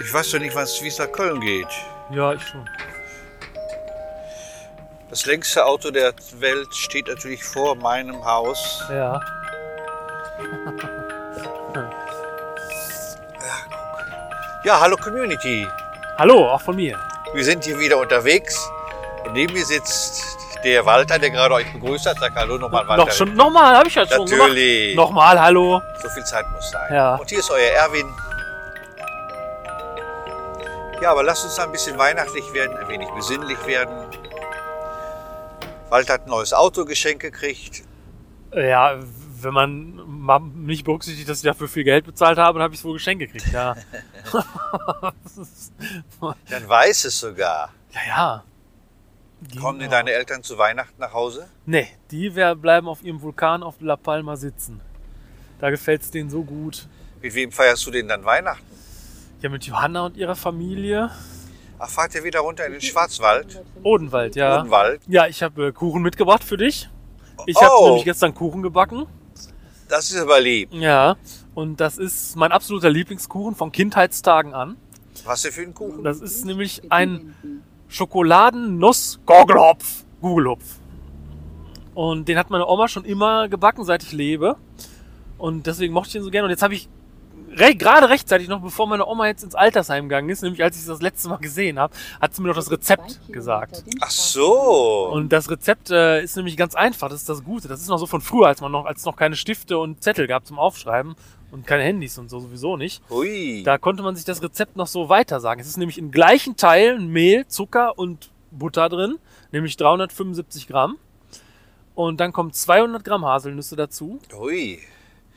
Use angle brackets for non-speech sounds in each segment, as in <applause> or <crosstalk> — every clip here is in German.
Ich weiß doch nicht, was es nach Köln geht. Ja, ich schon. Das längste Auto der Welt steht natürlich vor meinem Haus. Ja. Ja, hallo Community. Hallo, auch von mir. Wir sind hier wieder unterwegs. Und neben mir sitzt der Walter, der gerade euch begrüßt hat. Sag hallo nochmal, Walter. Noch schon, nochmal, habe ich ja schon gemacht. Natürlich. Nochmal, hallo. So viel Zeit muss sein. Ja. Und hier ist euer Erwin. Ja, aber lasst uns da ein bisschen weihnachtlich werden, ein wenig besinnlich werden. Walter hat ein neues Auto geschenkt gekriegt. Ja, wenn man mal nicht berücksichtigt, dass ich dafür viel Geld bezahlt habe, dann habe ich es wohl geschenkt gekriegt, <laughs> ja. Das ist- Dann weiß es sogar. ja, ja. Kommen denn Genau. deine Eltern zu Weihnachten nach Hause? Nee, die wer- bleiben auf ihrem Vulkan auf La Palma sitzen. Da gefällt es denen so gut. Mit wem feierst du denn dann Weihnachten? Ja, mit Johanna und ihrer Familie. Ach, fahrt ihr wieder runter in den Schwarzwald? Odenwald, ja. Odenwald? Ja, ich habe äh, Kuchen mitgebracht für dich. Ich Oh. habe nämlich gestern Kuchen gebacken. Das ist aber lieb. Ja, und das ist mein absoluter Lieblingskuchen von Kindheitstagen an. Was denn für einen Kuchen? Das ist nämlich ein Schokoladen-Nuss-Gorgelhopf. Gugelhopf. Und den hat meine Oma schon immer gebacken, seit ich lebe. Und deswegen mochte ich ihn so gerne. Und jetzt habe ich re gerade rechtzeitig noch, bevor meine Oma jetzt ins Altersheim gegangen ist, nämlich als ich sie das letzte Mal gesehen habe, hat sie mir noch das Rezept gesagt. Ach so. Und das Rezept äh, ist nämlich ganz einfach, das ist das Gute. Das ist noch so von früher, als man noch, als es noch keine Stifte und Zettel gab zum Aufschreiben und keine Handys und so sowieso nicht. Hui. Da konnte man sich das Rezept noch so weitersagen. Es ist nämlich in gleichen Teilen Mehl, Zucker und Butter drin, nämlich 375 Gramm. Und dann kommen 200 Gramm Haselnüsse dazu Hui.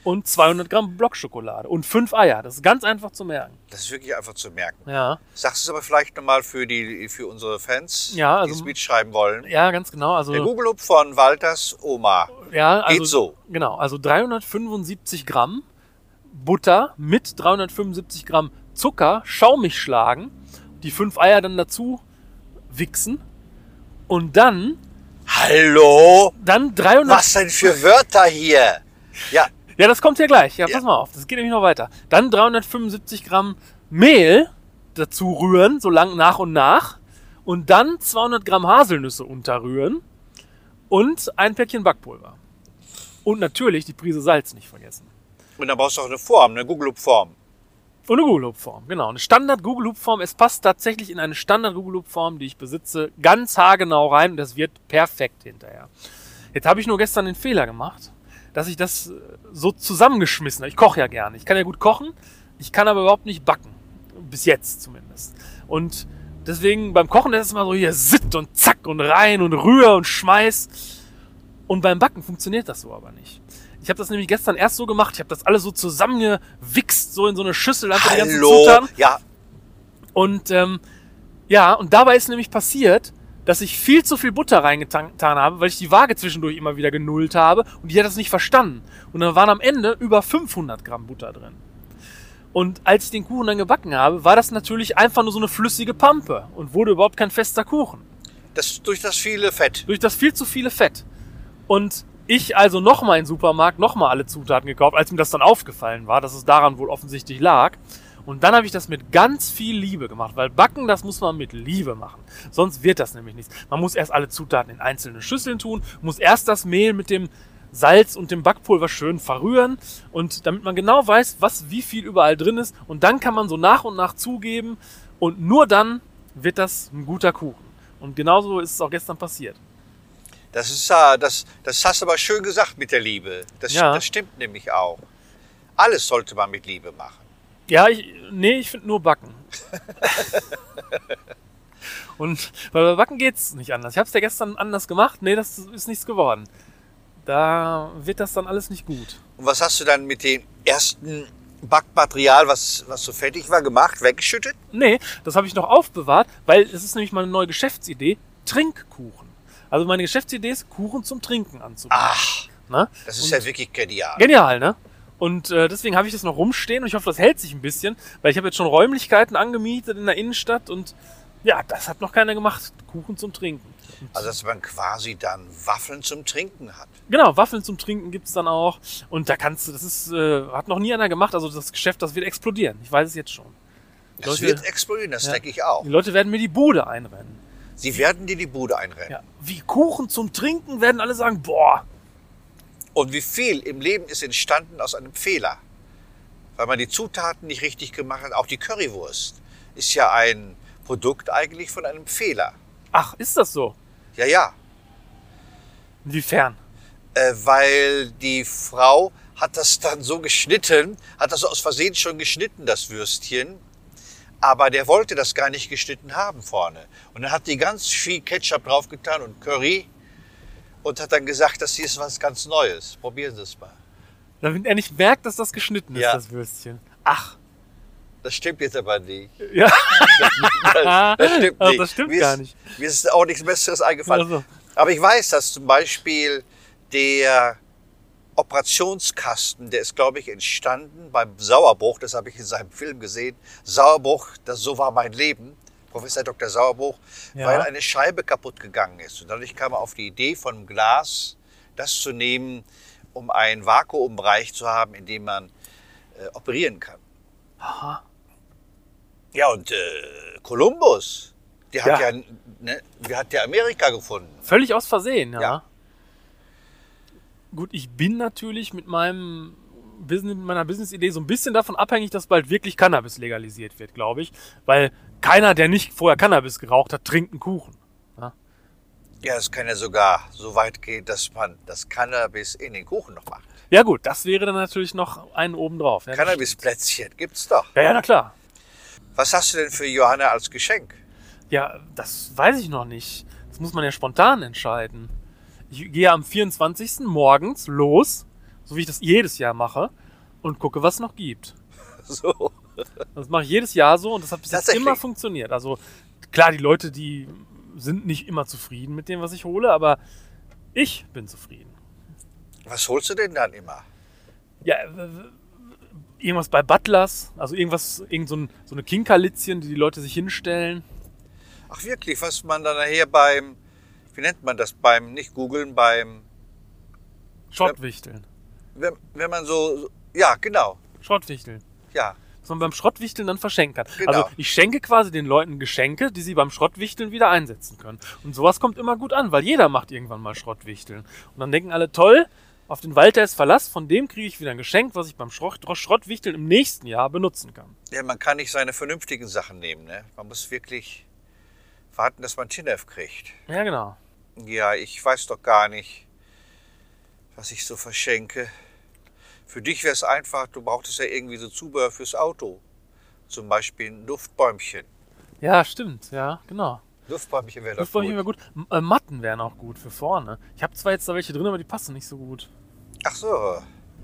und 200 Gramm Blockschokolade und fünf Eier. Das ist ganz einfach zu merken. Das ist wirklich einfach zu merken. Ja, Sagst du es aber vielleicht nochmal für, die, für unsere Fans, Ja, die also- es mitschreiben wollen? ja, ganz genau. Der Also, Google-Up von Walters Oma. ja, also Geht so. Genau, also 375 Gramm Butter mit 375 Gramm Zucker schaumig schlagen, die fünf Eier dann dazu wichsen und dann, Hallo? dann 300... Was denn für Wörter hier? Ja, Ja, das kommt hier gleich. Ja, Ja. pass mal auf, das geht nämlich noch weiter. Dann 375 Gramm Mehl dazu rühren, so lang nach und nach. Und dann 200 Gramm Haselnüsse unterrühren und ein Päckchen Backpulver. Und natürlich die Prise Salz nicht vergessen. und dann brauchst du auch eine Form, eine Google-Up-Form. Und eine Google Loop Form, genau. Eine Standard Google Loop Form. Es passt tatsächlich in eine Standard Google Loop Form, die ich besitze, ganz haargenau rein und das wird perfekt hinterher. Jetzt habe ich nur gestern den Fehler gemacht, dass ich das äh, so zusammengeschmissen habe. Ich koche ja gerne. Ich kann ja gut kochen. Ich kann aber überhaupt nicht backen. Bis jetzt zumindest. Und deswegen beim Kochen ist es immer so hier sitt und zack und rein und rühr und schmeiß. Und beim Backen funktioniert das so aber nicht. Ich habe das nämlich gestern erst so gemacht. Ich habe das alles so zusammengewichst, so in so eine Schüssel, einfach die ganzen Hallo? Zutaten. Ja, Und ähm, ja, und dabei ist nämlich passiert, dass ich viel zu viel Butter reingetan getan habe, weil ich die Waage zwischendurch immer wieder genullt habe und die hat das nicht verstanden. Und dann waren am Ende über 500 Gramm Butter drin. Und als ich den Kuchen dann gebacken habe, war das natürlich einfach nur so eine flüssige Pampe und wurde überhaupt kein fester Kuchen das, durch das viele Fett. durch das viel zu viele Fett. Und ich also nochmal in den Supermarkt, nochmal alle Zutaten gekauft, als mir das dann aufgefallen war, dass es daran wohl offensichtlich lag. Und dann habe ich das mit ganz viel Liebe gemacht, weil Backen, das muss man mit Liebe machen. Sonst wird das nämlich nichts. Man muss erst alle Zutaten in einzelne Schüsseln tun, muss erst das Mehl mit dem Salz und dem Backpulver schön verrühren und damit man genau weiß, was wie viel überall drin ist. Und dann kann man so nach und nach zugeben und nur dann wird das ein guter Kuchen. Und genauso ist es auch gestern passiert. Das ist ja, das, das hast du aber schön gesagt mit der Liebe. Das, Ja. das stimmt nämlich auch. Alles sollte man mit Liebe machen. Ja, ich, nee, ich finde nur Backen. Und weil bei Backen geht's nicht anders. Ich hab's ja gestern anders gemacht. Nee, das ist nichts geworden. Da wird das dann alles nicht gut. Und was hast du dann mit dem ersten Backmaterial, was, was so fertig war, gemacht? Weggeschüttet? Nee, das habe ich noch aufbewahrt, weil es ist nämlich meine neue Geschäftsidee, Trinkkuchen. Also meine Geschäftsidee ist, Kuchen zum Trinken anzubieten. Ach, Ne? das ist ja wirklich genial. Genial, ne? Und äh, deswegen habe ich das noch rumstehen und ich hoffe, das hält sich ein bisschen, weil ich habe jetzt schon Räumlichkeiten angemietet in der Innenstadt und ja, das hat noch keiner gemacht. Kuchen zum Trinken. Also, dass man quasi dann Waffeln zum Trinken hat. Genau, Waffeln zum Trinken gibt's dann auch. Und da kannst du, das ist, äh, hat noch nie einer gemacht. Also das Geschäft, das wird explodieren. Ich weiß es jetzt schon. Es Leute- wird explodieren, das Ja. denke ich auch. Die Leute werden mir die Bude einrennen. Sie werden dir die Bude einrennen. Ja. Wie Kuchen zum Trinken werden alle sagen, boah, Und wie viel im Leben ist entstanden aus einem Fehler? Weil man die Zutaten nicht richtig gemacht hat. Auch die Currywurst ist ja ein Produkt eigentlich von einem Fehler. ach, ist das so? Ja, ja. Inwiefern? Äh, weil die Frau hat das dann so geschnitten, hat das aus Versehen schon geschnitten, das Würstchen. Aber der wollte das gar nicht geschnitten haben vorne. Und dann hat die ganz viel Ketchup draufgetan und Curry und hat dann gesagt, das hier ist was ganz Neues. Probieren Sie es mal. Damit er nicht merkt, dass das geschnitten Ja. ist, das Würstchen. Ach, Das stimmt jetzt aber nicht. ja, Das, das stimmt Ach, nicht. Ah, das stimmt mir gar ist, nicht. Mir ist auch nichts Besseres eingefallen. Also. Aber ich weiß, dass zum Beispiel der Operationskasten, der ist, glaube ich, entstanden beim Sauerbruch. Das habe ich in seinem Film gesehen. Sauerbruch, das so war mein Leben. Professor Dr. Sauerbruch, Ja. weil eine Scheibe kaputt gegangen ist. Und dadurch kam er auf die Idee, von einem Glas das zu nehmen, um einen Vakuumbereich zu haben, in dem man äh, operieren kann. Aha. Ja, und äh, Kolumbus, der hat Ja. ja, ne, der hat ja Amerika gefunden. völlig aus Versehen, ja. Ja. Gut, ich bin natürlich mit meinem Business, mit meiner Business-Idee so ein bisschen davon abhängig, dass bald wirklich Cannabis legalisiert wird, glaube ich. Weil keiner, der nicht vorher Cannabis geraucht hat, trinkt einen Kuchen. Ja, es kann ja sogar so weit gehen, dass man das Cannabis in den Kuchen noch macht. Ja gut, das wäre dann natürlich noch einen obendrauf. Ja, das Cannabisplätzchen gibt's doch. stimmt. Ja, ja, na klar. Was hast du denn für Johanna als Geschenk? <laughs> Ja, das weiß ich noch nicht. Das muss man ja spontan entscheiden. Ich gehe am 24. morgens los, so wie ich das jedes Jahr mache, und gucke, was es noch gibt. So. Das mache ich jedes Jahr so und das hat bis jetzt Tatsächlich? immer funktioniert. Also klar, die Leute, die sind nicht immer zufrieden mit dem, was ich hole, aber ich bin zufrieden. Was holst du denn dann immer? Ja, w- w- irgendwas bei Butlers, also irgendwas, irgend so, ein, so eine Kinkerlitzchen, die die Leute sich hinstellen. Ach wirklich, was man dann nachher beim, wie nennt man das, beim, nicht googeln, beim, Schrottwichteln. wenn, wenn man so, so, ja genau, Schrottwichteln. ja. was man beim Schrottwichteln dann verschenken kann. Genau. Also ich schenke quasi den Leuten Geschenke, die sie beim Schrottwichteln wieder einsetzen können. Und sowas kommt immer gut an, weil jeder macht irgendwann mal Schrottwichteln. Und dann denken alle, toll, auf den Walter ist Verlass, von dem kriege ich wieder ein Geschenk, was ich beim Schrott Schrottwichteln im nächsten Jahr benutzen kann. Ja, man kann nicht seine vernünftigen Sachen nehmen, ne? Man muss wirklich warten, dass man Tinef kriegt. Ja, genau. Ja, ich weiß doch gar nicht, was ich so verschenke. Für dich wäre es einfach, du brauchtest ja irgendwie so Zubehör fürs Auto. Zum Beispiel ein Duftbäumchen. Ja, stimmt. Ja, genau. Duftbäumchen wäre doch Das fand ich immer gut. gut. M äh, Matten wären auch gut für vorne. Ich habe zwar jetzt da welche drin, aber die passen nicht so gut. Ach so.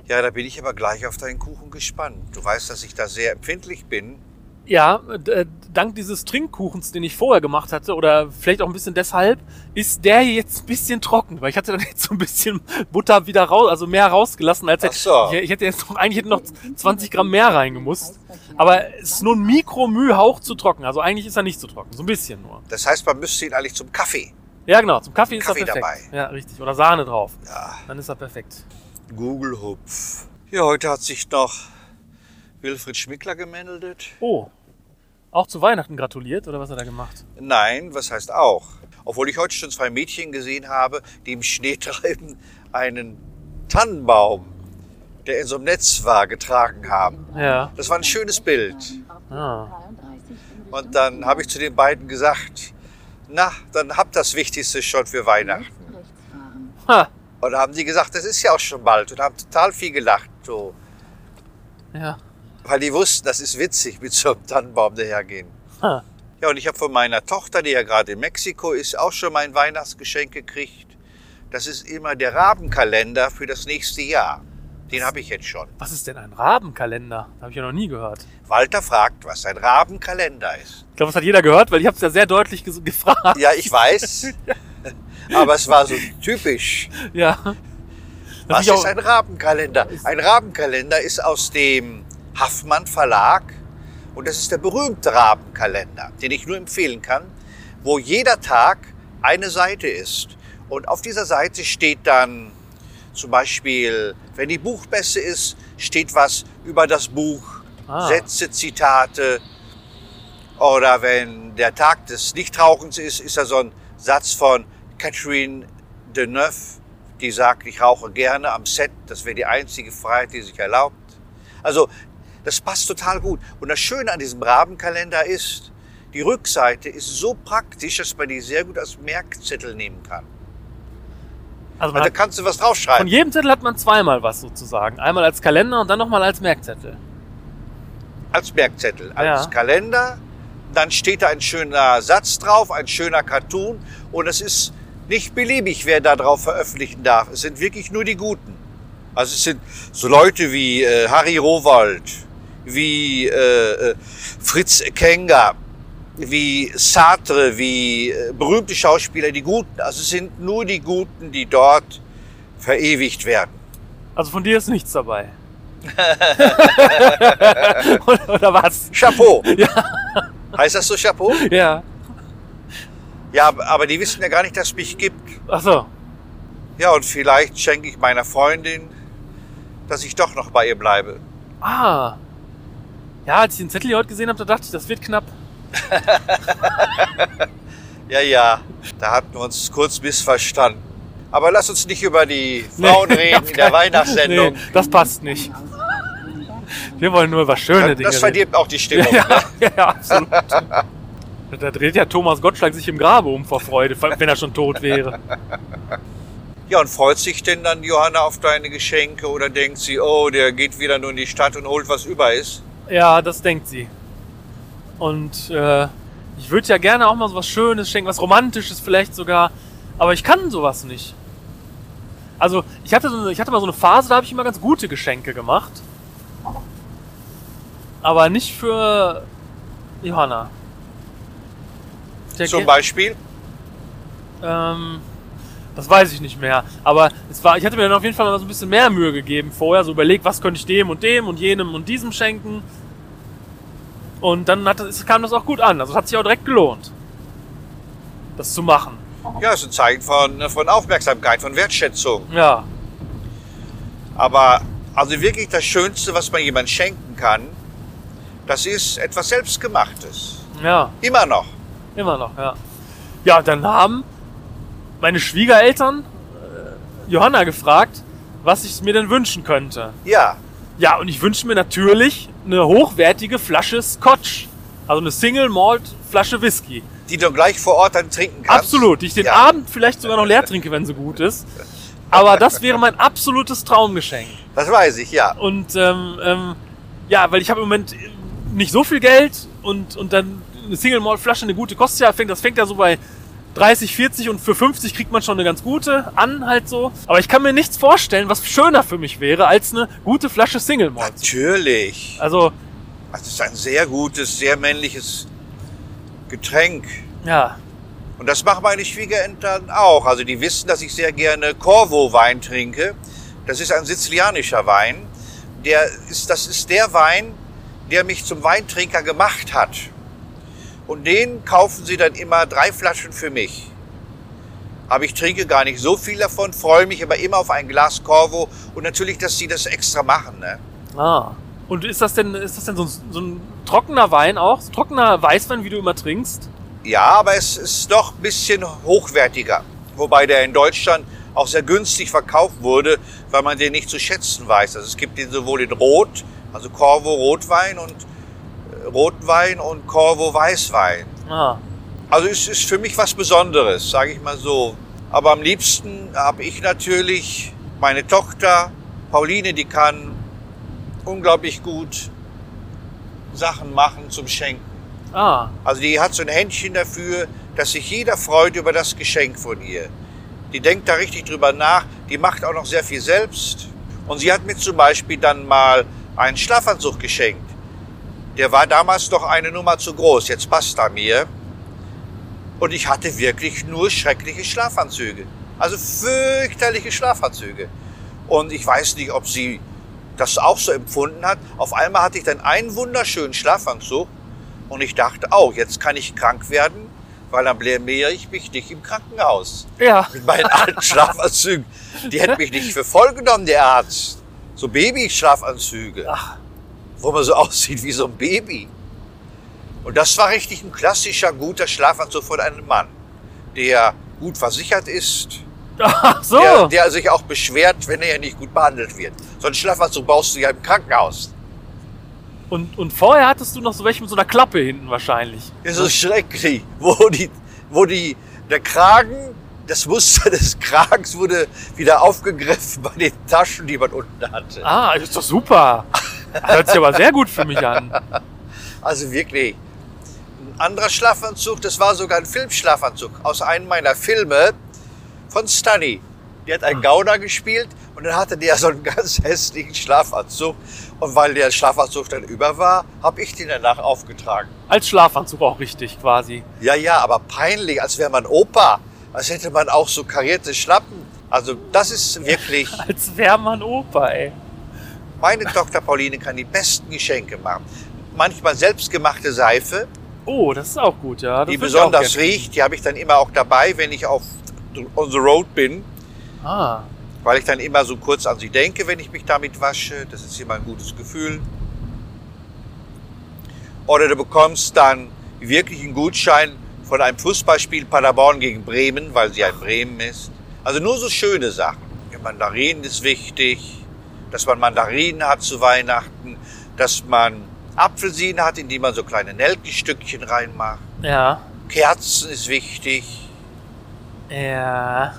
Ja, da bin ich aber gleich auf deinen Kuchen gespannt. Du weißt, dass ich da sehr empfindlich bin. Ja, d- äh, dank dieses Trinkkuchens, den ich vorher gemacht hatte, oder vielleicht auch ein bisschen deshalb, ist der hier jetzt ein bisschen trocken, weil ich hatte dann jetzt so ein bisschen Butter wieder raus, also mehr rausgelassen, als Ach so. ich, ich hätte jetzt noch, eigentlich hätte noch 20 Gramm mehr reingemusst. Aber es ist nur ein Mikromüh hauch zu trocken, also eigentlich ist er nicht so trocken, so ein bisschen nur. Das heißt, man müsste ihn eigentlich zum Kaffee. Ja, genau, zum Kaffee ist Kaffee er perfekt. Ja, richtig, oder Sahne drauf. Ja, Dann ist er perfekt. Google-Hupf. Ja, heute hat sich noch Wilfried Schmickler gemeldet. Oh, auch zu Weihnachten gratuliert, oder was hat er gemacht? Nein, was heißt auch? Obwohl ich heute schon zwei Mädchen gesehen habe, die im Schnee <laughs> treiben einen Tannenbaum, der in so einem Netz war, getragen haben. Ja. Das war ein schönes Bild. Ah. Und dann habe ich zu den beiden gesagt, na, dann habt das Wichtigste schon für Weihnachten. Ha. Und da haben sie gesagt, das ist ja auch schon bald und haben total viel gelacht. So. Ja. Weil die wussten, das ist witzig, mit so einem Tannenbaum dahergehen. Ha. Ja, und ich habe von meiner Tochter, die ja gerade in Mexiko ist, auch schon mein Weihnachtsgeschenk gekriegt. Das ist immer der Rabenkalender für das nächste Jahr. Den habe ich jetzt schon. Was ist denn ein Rabenkalender? Habe ich ja noch nie gehört. Walter fragt, was ein Rabenkalender ist. Ich glaube, das hat jeder gehört, weil ich habe es ja sehr deutlich ges- gefragt. Ja, ich weiß. Aber es war so typisch. <laughs> Ja. Dass Was ich auch- ist ein Rabenkalender? Ein Rabenkalender ist aus dem Haffmann Verlag und das ist der berühmte Rabenkalender, den ich nur empfehlen kann, wo jeder Tag eine Seite ist. Und auf dieser Seite steht dann zum Beispiel, wenn die Buchmesse ist, steht was über das Buch, Ah. Sätze, Zitate. Oder wenn der Tag des Nichtrauchens ist, ist da so ein Satz von Catherine Deneuve, die sagt, ich rauche gerne am Set, das wäre die einzige Freiheit, die sich erlaubt. Also, das passt total gut. Und das Schöne an diesem Rabenkalender ist, die Rückseite ist so praktisch, dass man die sehr gut als Merkzettel nehmen kann. Also Also, man da hat, kannst du was von draufschreiben. jedem Zettel hat man zweimal was sozusagen. Einmal als Kalender und dann nochmal als Merkzettel. Als Merkzettel, als Ja. Kalender. Dann steht da ein schöner Satz drauf, ein schöner Cartoon. Und es ist nicht beliebig, wer da drauf veröffentlichen darf. Es sind wirklich nur die Guten. Also es sind so Leute wie äh, Harry Rowald, wie äh, äh, Fritz Kenga, wie Sartre, wie äh, berühmte Schauspieler, die Guten. Also es sind nur die Guten, die dort verewigt werden. Also von dir ist <laughs> nichts dabei. oder, oder was? Chapeau! Heißt das so Chapeau? Ja. Ja, ab- aber die wissen ja gar nicht, dass es mich gibt. Achso. Ja, und vielleicht schenke ich meiner Freundin, dass ich doch noch bei ihr bleibe. Ah. Ja, als ich den Zettel hier heute gesehen habe, da dachte ich, das wird knapp. Ja, ja, da hatten wir uns kurz missverstanden. Aber lass uns nicht über die <laughs> Nee, Frauen auf reden in der keinen- Weihnachtssendung. Nee, das passt nicht. Wir wollen nur über schöne Dinge das verdirbt auch die reden. Stimmung. Ja, <laughs> ja, ja, absolut. Da dreht ja Thomas Gottschalk sich im Grabe um vor Freude, wenn er schon tot wäre. Ja, und freut sich denn dann Johanna auf deine Geschenke oder denkt sie, oh, der geht wieder nur in die Stadt und holt, was über ist? Ja, das denkt sie. Und äh, ich würde ja gerne auch mal so was Schönes schenken, was Romantisches vielleicht sogar. Aber ich kann sowas nicht. Also, ich hatte, so eine, ich hatte mal so eine Phase, da habe ich immer ganz gute Geschenke gemacht. Aber nicht für Johanna. Der Zum Ge- Beispiel? ähm, das weiß ich nicht mehr. Aber es war, ich hatte mir dann auf jeden Fall noch so ein bisschen mehr Mühe gegeben vorher. So überlegt, was könnte ich dem und dem und jenem und diesem schenken. Und dann hat, das- kam das auch gut an. Also es hat sich auch direkt gelohnt, das zu machen. Ja, es ist ein Zeichen von, von Aufmerksamkeit, von Wertschätzung. Ja, Aber also wirklich das Schönste, was man jemand schenken kann, das ist etwas Selbstgemachtes. ja, Immer noch. immer noch, ja. Ja, dann haben meine Schwiegereltern äh, Johanna gefragt, was ich mir denn wünschen könnte. Ja. Ja, und ich wünsche mir natürlich eine hochwertige Flasche Scotch. Also eine Single Malt Flasche Whisky. Die du gleich vor Ort dann trinken kannst. Absolut, die ich den Ja. Abend vielleicht sogar noch leer trinke, wenn sie gut ist. Aber das wäre mein absolutes Traumgeschenk. Das weiß ich, ja. Und ähm, ähm, ja, weil ich habe im Moment nicht so viel Geld und, und dann eine Single Malt Flasche, eine gute kostet ja, fängt, das fängt ja so bei 30, 40 und für 50 kriegt man schon eine ganz gute an, halt so. Aber ich kann mir nichts vorstellen, was schöner für mich wäre, als eine gute Flasche Single Malt. Natürlich. Also, Das ist ein sehr gutes, sehr männliches Getränk. ja, Und das machen meine Schwiegereltern auch. Also die wissen, dass ich sehr gerne Corvo-Wein trinke. Das ist ein sizilianischer Wein. Der ist, das ist der Wein, der mich zum Weintrinker gemacht hat. Und den kaufen sie dann immer drei Flaschen für mich. Aber ich trinke gar nicht so viel davon, freue mich aber immer auf ein Glas Corvo. Und natürlich, dass sie das extra machen. Ne? Ah. Und ist das denn, ist das denn so, ein- so ein trockener Wein auch? So trockener Weißwein, wie du immer trinkst? Ja, aber es ist doch ein bisschen hochwertiger. Wobei der in Deutschland auch sehr günstig verkauft wurde, weil man den nicht zu schätzen weiß. Also es gibt den sowohl in Rot, also Corvo Rotwein und äh, Rotwein und Corvo Weißwein. Ah. Also es ist für mich was Besonderes, sage ich mal so. Aber am liebsten habe ich natürlich meine Tochter Pauline, die kann unglaublich gut Sachen machen zum Schenken. Ah. Also die hat so ein Händchen dafür, dass sich jeder freut über das Geschenk von ihr. Die denkt da richtig drüber nach, die macht auch noch sehr viel selbst. Und sie hat mir zum Beispiel dann mal einen Schlafanzug geschenkt. Der war damals noch eine Nummer zu groß, jetzt passt er mir. Und ich hatte wirklich nur schreckliche Schlafanzüge. Also fürchterliche Schlafanzüge. Und ich weiß nicht, ob sie das auch so empfunden hat. Auf einmal hatte ich dann einen wunderschönen Schlafanzug und ich dachte, oh, jetzt kann ich krank werden, weil dann blamiere ich mich nicht im Krankenhaus. Ja. <laughs> Mit meinen alten Schlafanzügen. Die hätten mich nicht für voll genommen, der Arzt. So Babyschlafanzüge. Ach. <laughs> Wo man so aussieht wie so ein Baby. Und das war richtig ein klassischer, guter Schlafanzug von einem Mann, der gut versichert ist, Ach so. der, der sich auch beschwert, wenn er ja nicht gut behandelt wird. So einen Schlafanzug baust du ja im Krankenhaus. Und, und vorher hattest du noch so welche mit so einer Klappe hinten wahrscheinlich. Das ist schrecklich, <laughs> wo die, wo die, der Kragen, das Muster des Kragens wurde wieder aufgegriffen bei den Taschen, die man unten hatte. Ah, das ist doch super. Hört sich aber sehr gut für mich an. Also wirklich. Ein anderer Schlafanzug, das war sogar ein Filmschlafanzug aus einem meiner Filme von Stunny. Der hat einen Gauner gespielt und dann hatte der so einen ganz hässlichen Schlafanzug. Und weil der Schlafanzug dann über war, habe ich den danach aufgetragen. Als Schlafanzug auch richtig quasi. Ja, ja, aber peinlich, als wäre man Opa. Als hätte man auch so karierte Schlappen. Also das ist wirklich, Als wäre man Opa, ey. meine Tochter Pauline kann die besten Geschenke machen. Manchmal selbstgemachte Seife, Oh, das ist auch gut, ja. Das die würd ich auch besonders riecht. Die habe ich dann immer auch dabei, wenn ich auf on the road bin, gerne- Ah, weil ich dann immer so kurz an sie denke, wenn ich mich damit wasche. Das ist immer ein gutes Gefühl. Oder du bekommst dann wirklich einen Gutschein von einem Fußballspiel Paderborn gegen Bremen, weil sie ja in Bremen ist. Also nur so schöne Sachen. Ja, Mandarinen ist wichtig, dass man Mandarinen hat zu Weihnachten, dass man Apfelsinen hat, in die man so kleine Nelkenstückchen reinmacht. ja. Kerzen ist wichtig, Ja.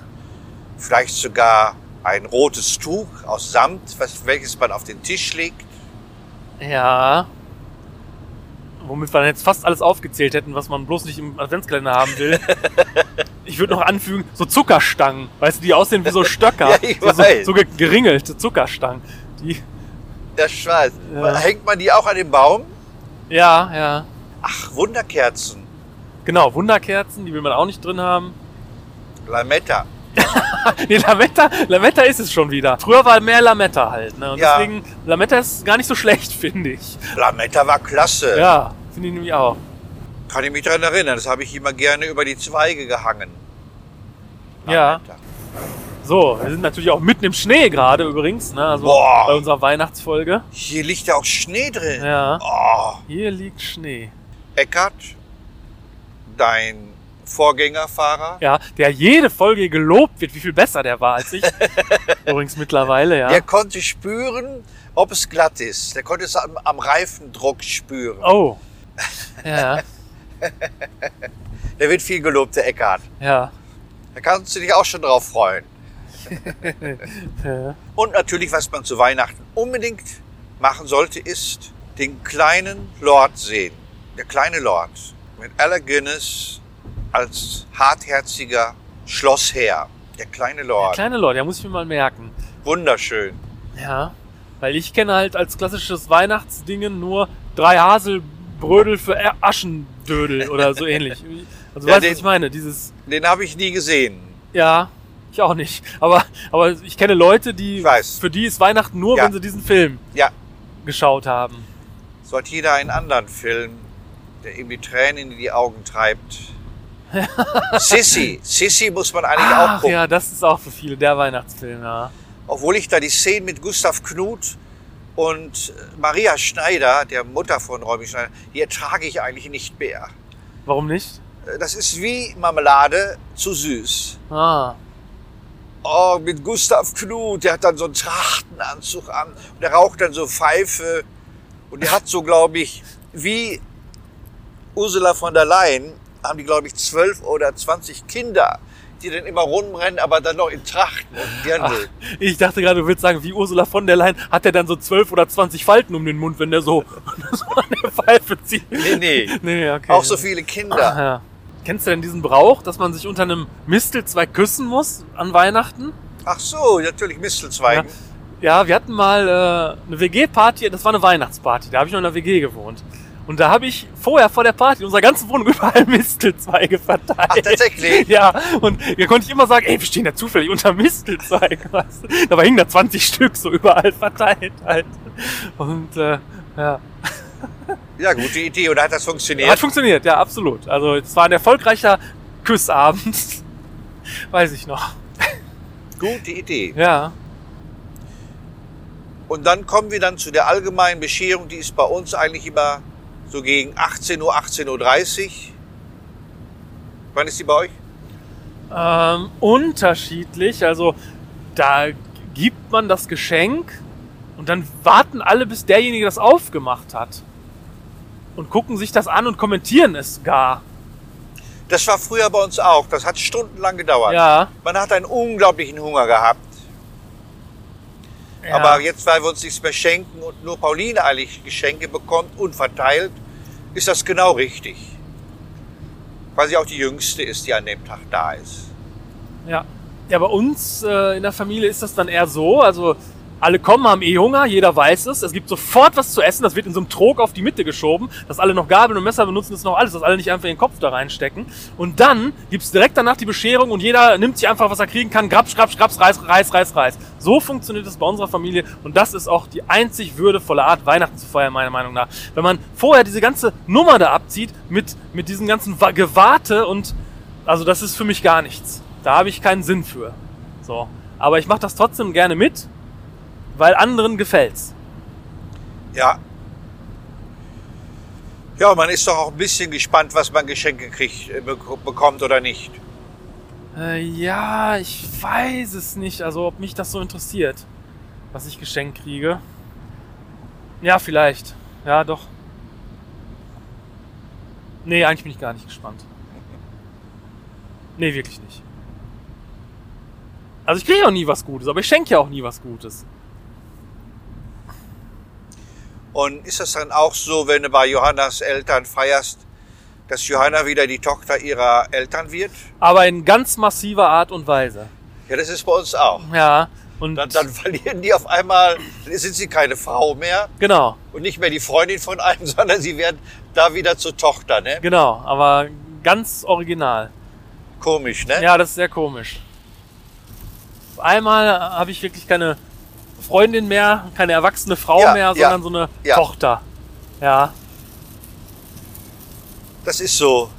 vielleicht sogar ein rotes Tuch aus Samt, was- welches man auf den Tisch legt. Ja. Womit wir jetzt fast alles aufgezählt hätten, was man bloß nicht im Adventskalender haben will. <laughs> ich würde noch anfügen, so Zuckerstangen. Weißt du, die <laughs> aussehen wie so Stöcker. Ja, ich so, so, weiß. so ge- geringelte Zuckerstangen. Die, Das ist weiß. Ja. Hängt man die auch an den Baum? ja, ja. Ach, Wunderkerzen, Genau, Wunderkerzen, die will man auch nicht drin haben. Lametta. Nee, Lametta, Lametta ist es schon wieder. Früher war mehr Lametta halt, ne? Und Ja. deswegen, Lametta ist gar nicht so schlecht, <laughs> finde ich. Lametta war klasse. Ja, finde ich nämlich auch. Kann ich mich daran erinnern. Das habe ich immer gerne über die Zweige gehangen. Ja. Lametta. So, wir sind natürlich auch mitten im Schnee gerade übrigens, ne? Also Boah. bei unserer Weihnachtsfolge. Hier liegt ja auch Schnee drin. Ja. Oh. Hier liegt Schnee. Eckart, dein Vorgängerfahrer, Ja, der jede Folge gelobt wird, wie viel besser der war <laughs> als ich. übrigens mittlerweile, ja. der konnte spüren, ob es glatt ist. Der konnte es am, am Reifendruck spüren. Oh. Ja, Der wird viel gelobt, der Eckart. ja. Da kannst du dich auch schon drauf freuen. ja. Äh, Und natürlich, was man zu Weihnachten unbedingt machen sollte, ist den kleinen Lord sehen. Der kleine Lord mit Alec Guinness als hartherziger Schlossherr. Der kleine Lord. Kleine Leute, ja, muss ich mir mal merken. Wunderschön. Ja, weil ich kenne halt als klassisches Weihnachtsdingen nur drei Haselbrödel für Ä- Aschendödel oder so <laughs> ähnlich. Also Ja, weißt du, den- was ich meine? Dieses, Den habe ich nie gesehen. ja, ich auch nicht. Aber, aber ich kenne Leute, die, Ich weiß. für die ist Weihnachten nur, Ja. wenn sie diesen Film Ja, geschaut haben. so hat jeder einen anderen Film, der ihm die Tränen in die Augen treibt. Sissy. Sissy muss man eigentlich auch Ach gucken. ja, das ist auch für viele der Weihnachtsfilm, ja. obwohl ich da die Szenen mit Gustav Knut und äh, Maria Schneider, der Mutter von Räumi Schneider, die ertrage ich eigentlich nicht mehr. Äh, Warum nicht? Das ist wie Marmelade zu süß. Ah, Oh, mit Gustav Knut, der hat dann so einen Trachtenanzug an und der raucht dann so Pfeife und der hat so, glaube ich, wie Ursula von der Leyen, haben die, glaube ich, zwölf oder zwanzig Kinder, die dann immer rumrennen, aber dann noch in Trachten und Dirndl. ich dachte gerade, du willst sagen, wie Ursula von der Leyen hat der dann so zwölf oder zwanzig Falten um den Mund, wenn der so, <laughs> so an der Pfeife zieht. Nee, nee. Nee, okay. Auch so viele Kinder. Ja. Kennst du denn diesen Brauch, dass man sich unter einem Mistel zwei küssen muss an Weihnachten? Ach so, natürlich Mistelzweigen. Ja, wir hatten mal äh, eine WG-Party, das war eine Weihnachtsparty, da habe ich noch in der WG gewohnt. Und da habe ich vorher vor der Party in unserer ganzen Wohnung <laughs> überall Mistelzweige verteilt. Ach, tatsächlich? <laughs> Ja, und da konnte ich immer sagen, ey, wir stehen da zufällig unter Mistelzweigen. <laughs> Weißt du? Dabei hingen da 20 Stück so überall verteilt halt. Und äh, ja. Ja, gute Idee. Oder hat das funktioniert? Hat funktioniert, ja, absolut. Also es war ein erfolgreicher Küssabend. <laughs> Weiß ich noch. gute Idee. Ja. Und dann kommen wir dann zu der allgemeinen Bescherung, die ist bei uns eigentlich immer so gegen 18 Uhr, 18.30 Uhr. Wann ist die bei euch? Ähm, unterschiedlich. Also da gibt man das Geschenk und dann warten alle, bis derjenige das aufgemacht hat. Und gucken sich das an und kommentieren es gar. Das war früher bei uns auch. Das hat stundenlang gedauert. Ja. Man hat einen unglaublichen Hunger gehabt. ja. Aber jetzt, weil wir uns nichts mehr schenken und nur Pauline eigentlich Geschenke bekommt und verteilt, ist das genau richtig. Weil sie auch die Jüngste ist, die an dem Tag da ist. Ja. Ja, bei uns äh, in der Familie ist das dann eher so. Also alle kommen, haben eh Hunger, jeder weiß es. Es gibt sofort was zu essen, das wird in so einem Trog auf die Mitte geschoben, dass alle noch Gabeln und Messer benutzen, ist noch alles, dass alle nicht einfach ihren Kopf da reinstecken. Und dann gibt's direkt danach die Bescherung und jeder nimmt sich einfach, was er kriegen kann. Grabs, grabs, grabs, Reis, Reis, Reis, Reis. So funktioniert es bei unserer Familie und das ist auch die einzig würdevolle Art, Weihnachten zu feiern, meiner Meinung nach. Wenn man vorher diese ganze Nummer da abzieht mit, mit diesen ganzen Wa- Gewarte und also das ist für mich gar nichts. Da habe ich keinen Sinn für. So. Aber ich mache das trotzdem gerne mit, weil anderen gefällt's. Ja. Ja, man ist doch auch ein bisschen gespannt, was man Geschenke kriegt, äh, bek- bekommt oder nicht. Äh, ja, ich weiß es nicht. Also ob mich das so interessiert, was ich geschenkt kriege. Ja, vielleicht. Ja, doch. Nee, eigentlich bin ich gar nicht gespannt. Nee, wirklich nicht. Also ich kriege auch nie was Gutes, aber ich schenke ja auch nie was Gutes. Und ist das dann auch so, wenn du bei Johannas Eltern feierst, dass Johanna wieder die Tochter ihrer Eltern wird? Aber in ganz massiver Art und Weise. Ja, das ist bei uns auch. Ja, und Dann, <laughs> dann verlieren die auf einmal, dann sind sie keine Frau mehr genau, und nicht mehr die Freundin von einem, <laughs> sondern sie werden da wieder zur Tochter, ne? genau, aber ganz original. Komisch, ne? Ja, das ist sehr komisch. Auf einmal habe ich wirklich keine Freundin mehr, keine erwachsene Frau Ja, mehr, ja, sondern so eine ja. Tochter. Ja, Das ist so.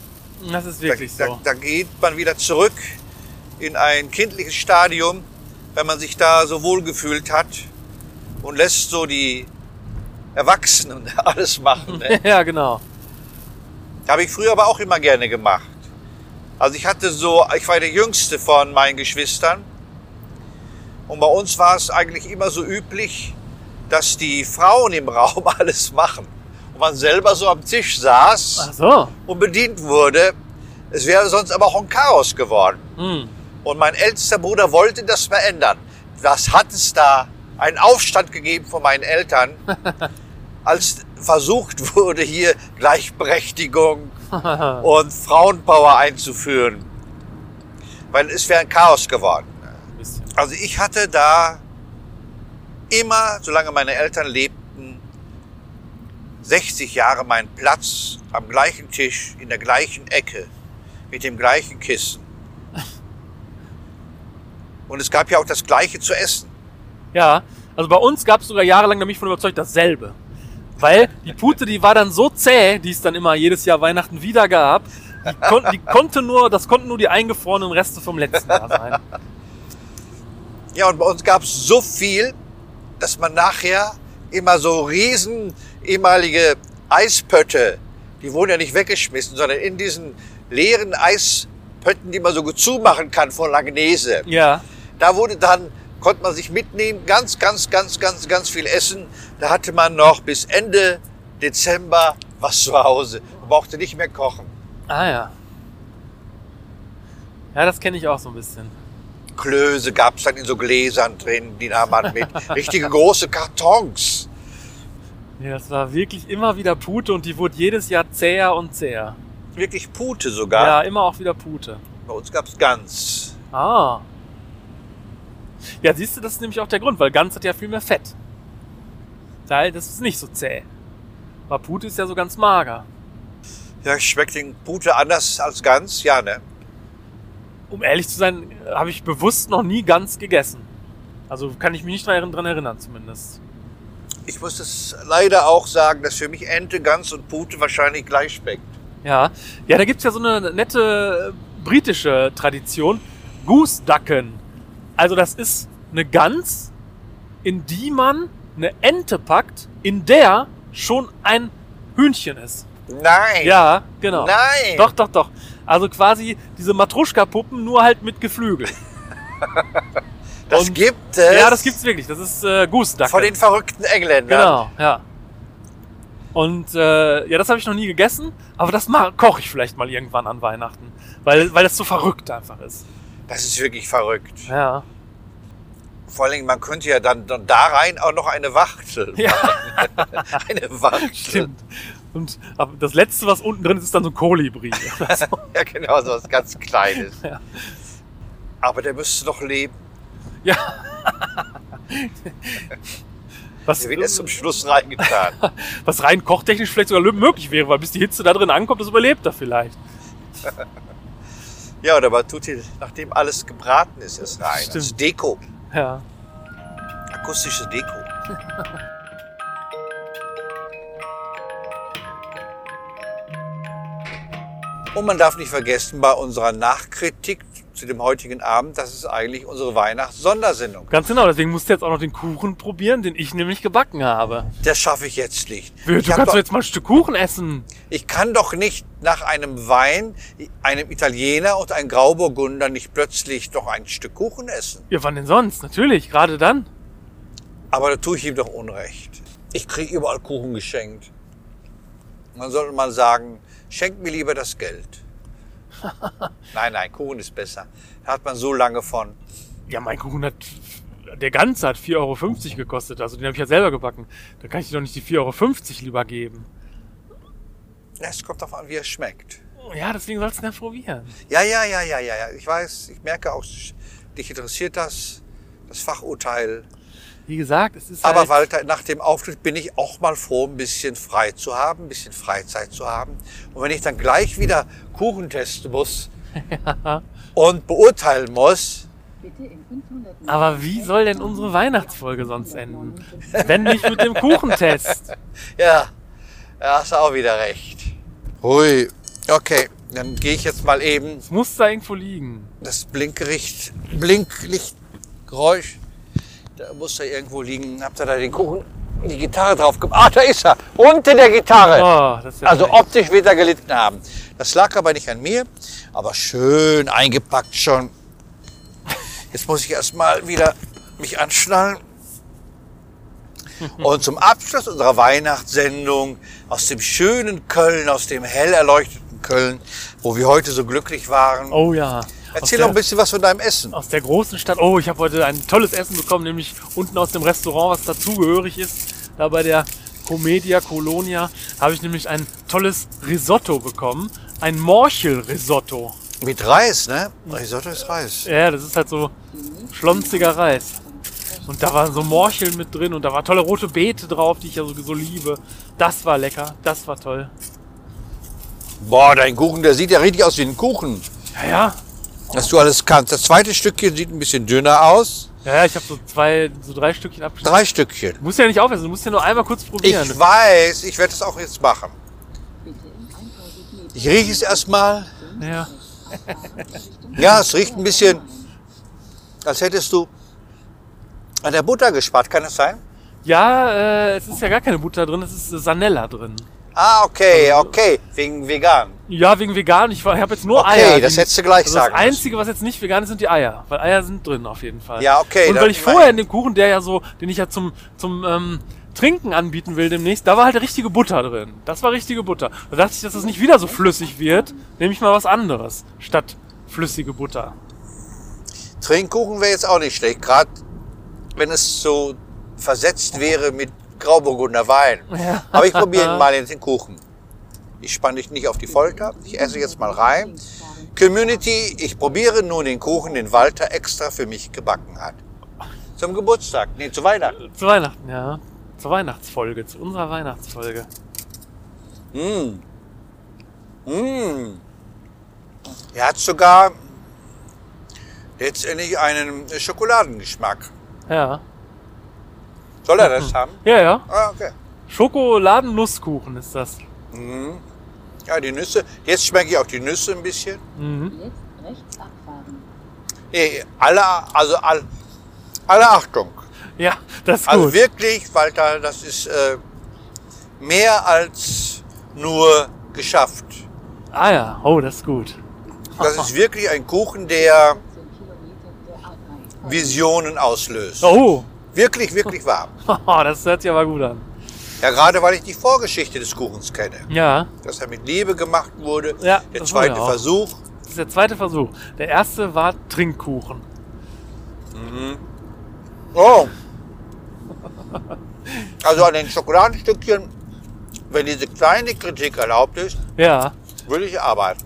das ist wirklich da, so. <laughs> Da, da geht man wieder zurück in ein kindliches Stadium, wenn man sich da so wohlgefühlt hat und lässt so die Erwachsenen <laughs> alles machen. Ne? <laughs> Ja, genau. Habe ich früher aber auch immer gerne gemacht. Also ich hatte so, ich war der jüngste von meinen Geschwistern. Und bei uns war es eigentlich immer so üblich, dass die Frauen im Raum <laughs> alles machen. Und man selber so am Tisch Ach saß so. <laughs> und bedient wurde. Es wäre sonst aber auch ein Chaos geworden. Hm. Und mein ältester Bruder wollte das verändern. Das hat es da einen Aufstand gegeben von meinen Eltern, als versucht wurde, hier Gleichberechtigung und Frauenpower einzuführen. Weil es wäre ein Chaos geworden. Ein bisschen. Also ich hatte da immer, solange meine Eltern lebten, 60 Jahre meinen Platz am gleichen Tisch, in der gleichen Ecke, mit dem gleichen Kissen. Und es gab ja auch das gleiche zu essen. Ja, also bei uns gab es sogar jahrelang, da bin ich von überzeugt, dasselbe. Weil die Pute, die war dann so zäh, die es dann immer jedes Jahr Weihnachten wieder gab, die, kon die konnte nur, das konnten nur die eingefrorenen Reste vom letzten Jahr sein. Ja, und bei uns gab es so viel, dass man nachher immer so riesen ehemalige Eispötte, die wurden ja nicht weggeschmissen, sondern in diesen leeren Eispötten, die man so gut zumachen kann von Langnese, Ja, da wurde dann, konnte man sich mitnehmen, ganz, ganz, ganz, ganz, ganz viel essen. Da hatte man noch bis Ende Dezember was zu Hause und brauchte nicht mehr kochen. ah ja. Ja, das kenne ich auch so ein bisschen. Klöße gab's dann in so Gläsern drin, die nahm man mit. Richtige große Kartons. Nee, das war wirklich immer wieder Pute und die wurde jedes Jahr zäher und zäher. Wirklich Pute Ja, sogar. immer auch wieder Pute. Bei uns gab's Gans. Ah. Ja, siehst du, das ist nämlich auch der Grund, weil Gans hat ja viel mehr Fett. Daher, das ist nicht so zäh. Aber Pute ist ja so ganz mager. Ja, schmeckt den Pute anders als Gans? Ja, ne? Um ehrlich zu sein, äh, habe ich bewusst noch nie Gans gegessen. Also kann ich mich nicht dran dran erinnern, zumindest. Ich muss es leider auch sagen, dass für mich Ente, Gans und Pute wahrscheinlich gleich schmeckt. Ja, ja da gibt's ja so eine nette äh, britische Tradition. Goose-Ducken. Also das ist eine Gans, in die man eine Ente packt, in der schon ein Hühnchen ist. Nein. Ja, genau. Nein. Doch, doch, doch. Also quasi diese Matruschka-Puppen nur halt mit Geflügel. das und- gibt es. Ja, das gibt's wirklich. Das ist äh, Goose-Dackel. Von den verrückten Engländern. Genau, ja. Und äh, ja, das habe ich noch nie gegessen, aber das ma- koche ich vielleicht mal irgendwann an Weihnachten, weil, weil das so verrückt einfach ist. Das ist wirklich verrückt. Ja. Vor allen Dingen, man könnte ja dann, dann da rein auch noch eine Wachtel. Ja. machen. <laughs> eine Wachtel. Stimmt. Und aber das letzte, was unten drin ist, ist dann so ein Kolibri. Ja, genau, so was ganz Kleines. Ja. Aber der müsste noch leben. Was, Der wird erst zum Schluss reingetan. was rein kochtechnisch vielleicht sogar möglich wäre, weil bis die Hitze da drin ankommt, das überlebt er vielleicht. Ja, oder man tut hier, nachdem alles gebraten ist, erst rein. Als Stimmt. Deko. Ja. Akustische Deko. Und man darf nicht vergessen bei unserer Nachkritik zu dem heutigen Abend, dass es eigentlich unsere Weihnachtssondersendung. Ganz genau, deswegen musst du jetzt auch noch den Kuchen probieren, den ich nämlich gebacken habe. Das schaffe ich jetzt nicht. Du Ich, hab kannst doch, doch jetzt mal ein Stück Kuchen essen. ich kann doch nicht nach einem Wein, einem Italiener und einem Grauburgunder nicht plötzlich doch ein Stück Kuchen essen. Ja, wann denn sonst? Natürlich, gerade dann. Aber da tue ich ihm doch Unrecht. Ich kriege überall Kuchen geschenkt. Man sollte mal sagen, schenkt mir lieber das Geld. nein, nein, Kuchen ist besser. Da hat man so lange von. Ja, mein Kuchen hat, der ganze hat 4,50 Euro gekostet. Also den habe ich ja selber gebacken. Da kann ich dir doch nicht die 4,50 Euro lieber geben. Ja, Es kommt darauf an, wie er schmeckt. Ja, deswegen sollst du ihn ja probieren. Ja, ja, ja, ja, ja, ja. Ich weiß, ich merke auch, dich interessiert das, das Fachurteil. Wie gesagt, es ist Aber halt, Walter, nach dem Auftritt bin ich auch mal froh, ein bisschen frei zu haben, ein bisschen Freizeit zu haben. Und wenn ich dann gleich wieder Kuchen testen muss und beurteilen muss, Bitte in 500 Metern aber wie soll denn unsere Weihnachtsfolge sonst enden? Wenn nicht mit dem Kuchentest. ja, da hast du auch wieder recht. Hui, okay, dann gehe ich jetzt mal eben Es muss da irgendwo liegen. das Blinkgericht, Blinklichtgeräusch, da muss er irgendwo liegen. Habt ihr da den Kuchen, die Gitarre drauf gemacht? Ah, da ist er, unter der Gitarre. Oh, das ist ja Also schlecht. optisch wird er gelitten haben. Das lag aber nicht an mir, aber schön eingepackt schon. Jetzt muss ich erstmal wieder mich <laughs> anschnallen. Und zum Abschluss unserer Weihnachtssendung aus dem schönen Köln, aus dem hell erleuchteten Köln, wo wir heute so glücklich waren. Oh ja. Erzähl aus doch ein der, bisschen was von deinem Essen. aus der großen Stadt. Oh, ich habe heute ein tolles Essen bekommen, nämlich unten aus dem Restaurant, was dazugehörig ist. Da bei der Comedia Colonia habe ich nämlich ein tolles Risotto bekommen. Ein Morchel-Risotto. Mit Reis, ne? Risotto ist Reis. Ja, das ist halt so schlonziger Reis. Und da waren so Morcheln mit drin und da war tolle rote Beete drauf, die ich ja sowieso liebe. Das war lecker, das war toll. Boah, dein Kuchen, der sieht ja richtig aus wie ein Kuchen, Ja, ja. dass du alles kannst. Das zweite Stückchen sieht ein bisschen dünner aus. Ja, ja, ich habe so zwei, so drei Stückchen abgeschnitten. Drei Stückchen. Du musst ja nicht aufessen, du musst ja nur einmal kurz Ich probieren. weiß, ich werde es auch jetzt machen. Ich rieche es erstmal. ja. Ja, es riecht ein bisschen, als hättest du an der Butter gespart, kann das sein? ja äh, es ist ja gar keine Butter drin, es ist äh, Sanella drin. Ah, okay, okay, wegen vegan. Ja, wegen vegan, ich habe jetzt nur Okay, Eier. das hättest du gleich also sagen Das müssen. Einzige, was jetzt nicht vegan ist, sind die Eier. Weil Eier sind drin auf jeden Fall. Ja, okay, Und dann weil ich immerhin. vorher in dem Kuchen, der ja so, den ich ja zum, zum ähm, Trinken anbieten will demnächst, da war halt richtige Butter drin. Das war richtige Butter. Da dachte ich, dass das nicht wieder so flüssig wird, nehme ich mal was anderes statt flüssige Butter. Trinkkuchen wäre jetzt auch nicht schlecht, gerade wenn es so versetzt wäre mit Grauburgunder <laughs> Wein. Ja. Aber ich probiere mal jetzt den Kuchen. Ich spanne dich nicht auf die Folter. Ich esse jetzt mal rein. Community, ich probiere nun den Kuchen, den Walter extra für mich gebacken hat. Zum Geburtstag, nee, zu Weihnachten. Zu Weihnachten, ja. Zur Weihnachtsfolge, zu unserer Weihnachtsfolge. Mm. Er hat sogar letztendlich einen Schokoladengeschmack. Ja. Soll er das haben? Ja, ja. Ah, okay. Schokoladennusskuchen ist das. Ja, die Nüsse. Jetzt schmecke ich auch die Nüsse ein bisschen. Mhm. jetzt rechts abfahren. Nee, alle, also all, alle Achtung. Ja, das ist Also gut. wirklich, Walter, das ist äh, mehr als nur geschafft. Ah ja, oh, das ist gut. Das ist wirklich ein Kuchen, der 15 Kilometer der A3. Visionen auslöst. Oh, <laughs> Wirklich, wirklich wahr. das hört sich aber gut an. Ja, gerade weil ich die Vorgeschichte des Kuchens kenne. Ja, Dass er mit Liebe gemacht wurde. der Ja, das wurde zweite auch. Versuch. das ist der zweite Versuch. Der erste war Trinkkuchen. Oh. Also an den Schokoladenstückchen, wenn diese kleine Kritik erlaubt ist, Ja. würde ich arbeiten.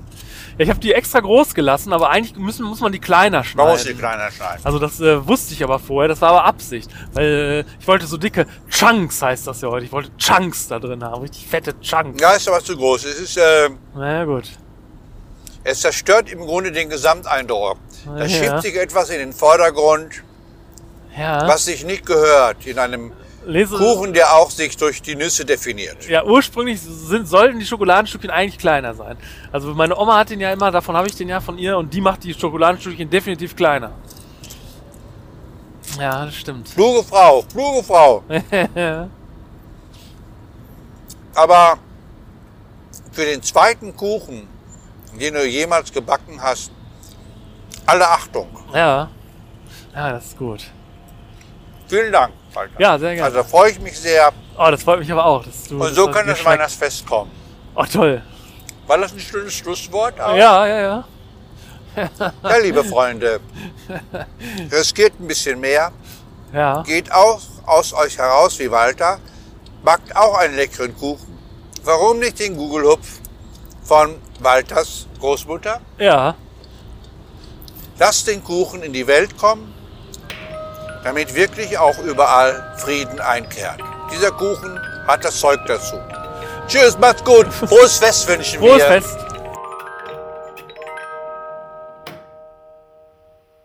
Ja, Ich habe die extra groß gelassen, aber eigentlich müssen, muss man die kleiner schneiden. Man muss sie kleiner schneiden. Also das äh, wusste ich aber vorher, das war aber Absicht. Weil äh, ich wollte so dicke Chunks, heißt das ja heute. Ich wollte Chunks da drin haben, richtig fette Chunks. Ja, ist aber zu groß. Es ist, äh, Na ja, gut. es zerstört im Grunde den Gesamteindruck. Da Ja. schiebt sich etwas in den Vordergrund, Ja. was sich nicht gehört in einem Lese, Kuchen, der auch sich durch die Nüsse definiert. Ja, ursprünglich sind, sollten die Schokoladenstückchen eigentlich kleiner sein. Also meine Oma hat den ja immer, davon habe ich den ja von ihr und die macht die Schokoladenstückchen definitiv kleiner. Ja, das stimmt. <laughs> Kluge Frau, kluge Frau. Aber für den zweiten Kuchen, den du jemals gebacken hast, alle Achtung. Ja. Ja, das ist gut. Vielen Dank, Walter. Ja, sehr gerne. Also da freue ich mich sehr. Oh, das freut mich aber auch. Dass du, Und Oh, so dass kann dir das schmeckt. Weihnachtsfest kommen. Oh, toll. War das ein schönes Schlusswort? auch? Ja, ja, ja. ja, liebe <laughs> Freunde, es geht ein bisschen mehr. Ja. Geht auch aus euch heraus wie Walter, backt auch einen leckeren Kuchen. Warum nicht den Gugelhupf von Walters Großmutter? Ja. Lasst den Kuchen in die Welt kommen, damit wirklich auch überall Frieden einkehrt. Dieser Kuchen hat das Zeug dazu. Tschüss, macht's gut. Frohes Fest wünschen Frohes wir. Fest.